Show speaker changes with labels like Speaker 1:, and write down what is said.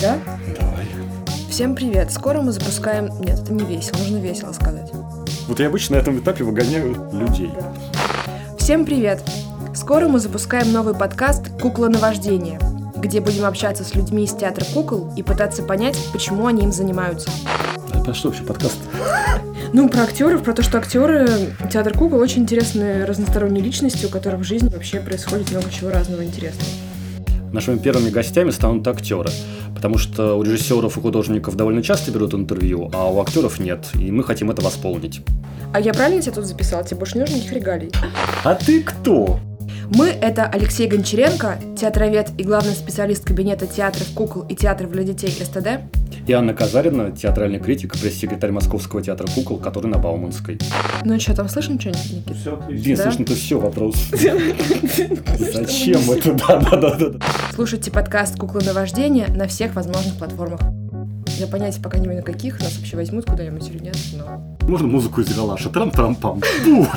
Speaker 1: да?
Speaker 2: Давай.
Speaker 1: Всем привет. Скоро мы запускаем... Нет, это не весело. Нужно весело сказать.
Speaker 2: Вот я обычно на этом этапе выгоняю людей.
Speaker 1: Всем привет. Скоро мы запускаем новый подкаст «Кукла наваждение», где будем общаться с людьми из театра кукол и пытаться понять, почему они им занимаются.
Speaker 2: А про что вообще подкаст?
Speaker 1: Ну, про актеров, про то, что актеры театр кукол очень интересные разносторонние личности, у которых в жизни вообще происходит много чего разного интересного.
Speaker 2: Нашими первыми гостями станут актеры, потому что у режиссеров и художников довольно часто берут интервью, а у актеров нет, и мы хотим это восполнить.
Speaker 1: А я правильно тебя тут записала? Тебе больше не нужно никаких регалий.
Speaker 2: А ты кто?
Speaker 1: Мы – это Алексей Гончаренко, театровед и главный специалист кабинета театров кукол и театров для детей СТД,
Speaker 2: И Анна Казарина, театральный критик, и пресс-секретарь Московского театра кукол, который на Бауманской.
Speaker 1: Ну и что, там слышно что-нибудь, Никит?
Speaker 2: Блин,
Speaker 1: Да?
Speaker 2: слышно, ты все, вопрос. Зачем это? Да-да-да.
Speaker 1: Слушайте подкаст «Куклы на вождение» на всех возможных платформах. Я понятия пока не имею, на каких нас вообще возьмут куда-нибудь или нет, но...
Speaker 2: Можно музыку из Ралаша? Трам-трам-пам. Пу!